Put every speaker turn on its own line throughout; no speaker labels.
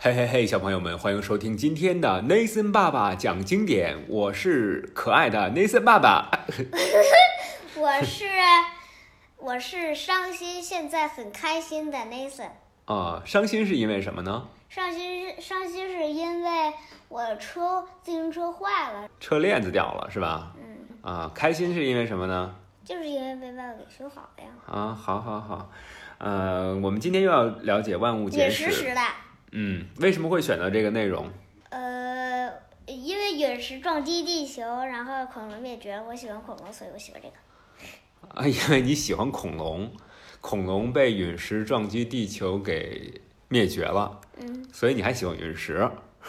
嘿嘿嘿，小朋友们，欢迎收听今天的 Nathan 爸爸讲经典，我是可爱的 Nathan 爸爸。
我是我是伤心，现在很开心的 Nathan。
啊、伤心是因为什么呢？
伤心是伤心是因为我车自行车坏了，
车链子掉了是吧？
嗯，
啊，开心是因为什么呢？
就是因为被爸爸给修好了呀，
啊，好好好，呃，我们今天又要了解万物
陨
简
石
史。
时代。
嗯，为什么会选择这个内容？
呃，因为陨石撞击地球，然后恐龙灭绝。我喜欢恐龙，所以我喜欢这个。
啊，因为你喜欢恐龙，恐龙被陨石撞击地球给灭绝了。
嗯，
所以你还喜欢陨石？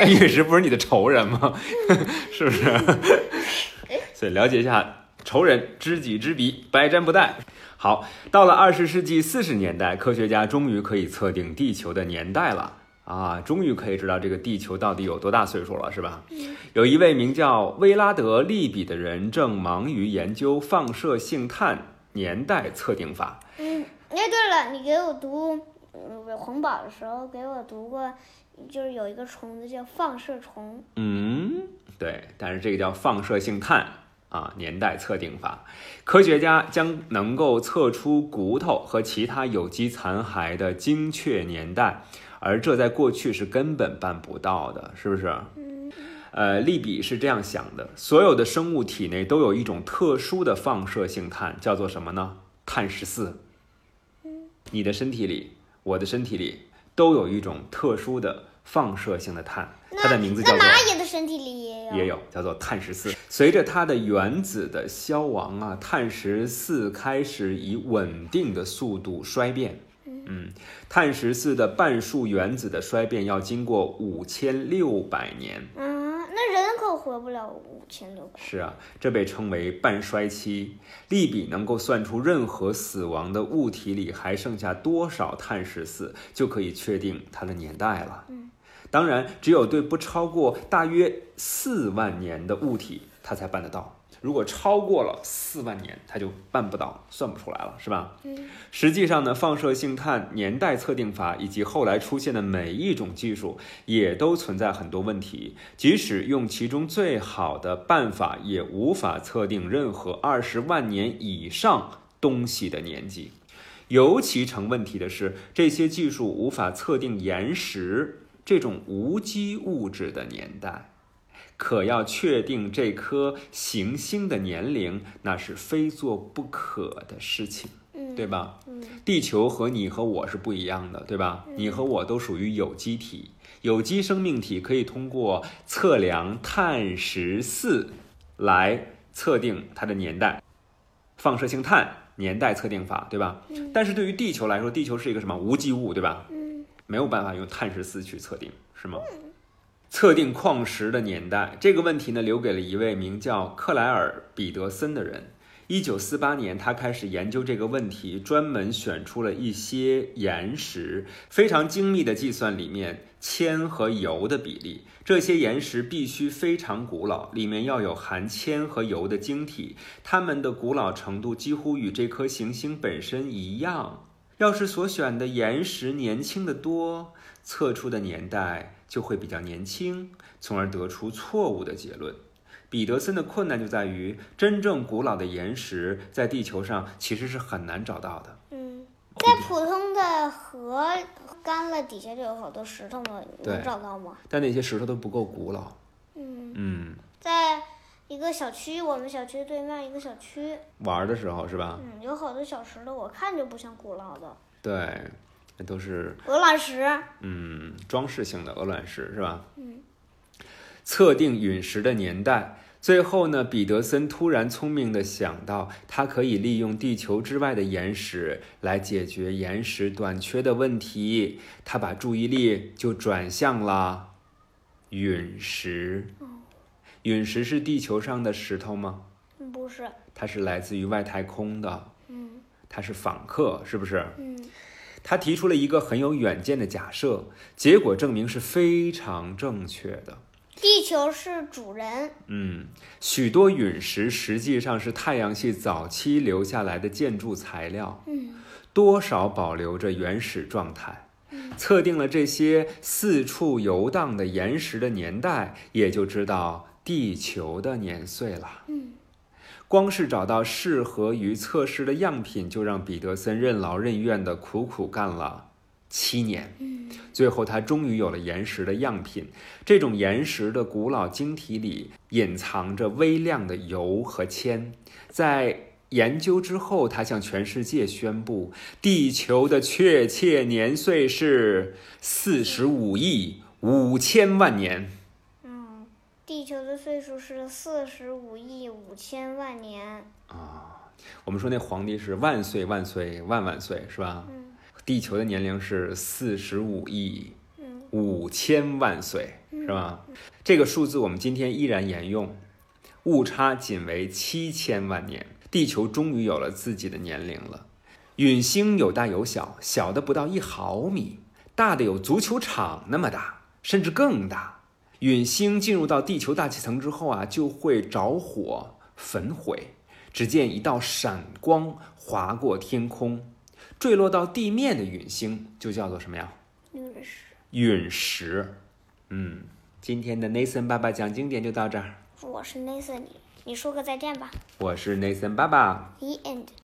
那陨石不是你的仇人吗？ 是不是？所以了解一下仇人，知己知彼，百战不殆。好，到了二十世纪四十年代，科学家终于可以测定地球的年代了啊！终于可以知道这个地球到底有多大岁数了，是吧？有一位名叫威拉德利比的人正忙于研究放射性碳年代测定法。
嗯，哎，对了，你给我读嗯红宝的时候给我读过，就是有一个虫子叫放射虫。
嗯，对，但是这个叫放射性碳啊，年代测定法。科学家将能够测出骨头和其他有机残骸的精确年代，而这在过去是根本办不到的，是不是？
嗯
呃，利比是这样想的：所有的生物体内都有一种特殊的放射性碳，叫做什么呢？碳十四。你的身体里，我的身体里都有一种特殊的放射性的碳，它的名字叫
那
做。
蚂蚁的身体里也有。
也有叫做碳十四。随着它的原子的消亡啊，碳十四开始以稳定的速度衰变。嗯，碳十四的半数原子的衰变要经过五千六百年。
嗯，那人可活不了五千多百。
是啊，这被称为半衰期。利比能够算出任何死亡的物体里还剩下多少碳十四，就可以确定它的年代了。嗯，当然，只有对不超过大约四万年的物体，它才办得到。如果超过了四万年，它就办不到，算不出来了，是吧？
嗯，
实际上呢，放射性碳年代测定法以及后来出现的每一种技术，也都存在很多问题。即使用其中最好的办法，也无法测定任何二十万年以上东西的年纪。尤其成问题的是，这些技术无法测定岩石这种无机物质的年代。可要确定这颗行星的年龄，那是非做不可的事情。
嗯，
对吧？
嗯
地球和你和我是不一样的，对吧？你和我都属于有机体，有机生命体可以通过测量碳十四来测定它的年代，放射性碳年代测定法，对吧？
嗯
但是对于地球来说，地球是一个什么无机物，对吧？
嗯
没有办法用碳十四去测定，是吗？测定矿石的年代这个问题呢，留给了一位名叫克莱尔·彼得森的人。一九四八年，他开始研究这个问题，专门选出了一些岩石，非常精密的计算里面铅和铀的比例。这些岩石必须非常古老，里面要有含铅和铀的晶体，它们的古老程度几乎与这颗行星本身一样。要是所选的岩石年轻的多，测出的年代就会比较年轻，从而得出错误的结论。彼得森的困难就在于，真正古老的岩石在地球上其实是很难找到的。
嗯，在普通的河干了底下就有好多石头嘛，
对
能找到吗？
但那些石头都不够古老。
嗯，
嗯，
在一个小区，我们小区对面一个小区，
玩儿的时候是吧？
嗯，有好多小石头，我看就不像古老的
对，那都是
鹅卵石。
嗯装饰性的鹅卵石是吧？
嗯，
测定陨石的年代。最后呢，彼得森突然聪明地想到，他可以利用地球之外的岩石来解决岩石短缺的问题。他把注意力就转向了陨石。
哦
陨石是地球上的石头吗？
嗯不是，
它是来自于外太空的，
嗯
它是访客，是不是？
嗯
他提出了一个很有远见的假设，结果证明是非常正确的。
地球是主人。
嗯，许多陨石实际上是太阳系早期留下来的建筑材料，
嗯
多少保留着原始状态。测定了这些四处游荡的岩石的年代，也就知道地球的年岁了。
嗯，
光是找到适合于测试的样品，就让彼得森任劳任怨地苦苦干了七年。最后他终于有了岩石的样品。这种岩石的古老晶体里隐藏着微量的铀和铅。在研究之后，他向全世界宣布，地球的确切年岁是四十五亿五千万年。
嗯，地球的岁数是四十五亿五千万年。
我们说那皇帝是万岁万岁万万岁，是吧？
嗯
地球的年龄是四十五亿
嗯
五千万岁，是吧？这个数字我们今天依然沿用，误差仅为七千万年。地球终于有了自己的年龄了。陨星有大有小，小的不到一毫米，大的有足球场那么大，甚至更大。陨星进入到地球大气层之后啊，就会着火焚毁。只见一道闪光划过天空，坠落到地面的陨星就叫做什么呀？
陨石，
陨石。嗯，今天的 Nathan 爸爸讲经典就到这儿，
我是 Nathan，你你说个再见吧。
我是 Nathan 爸爸。
The end.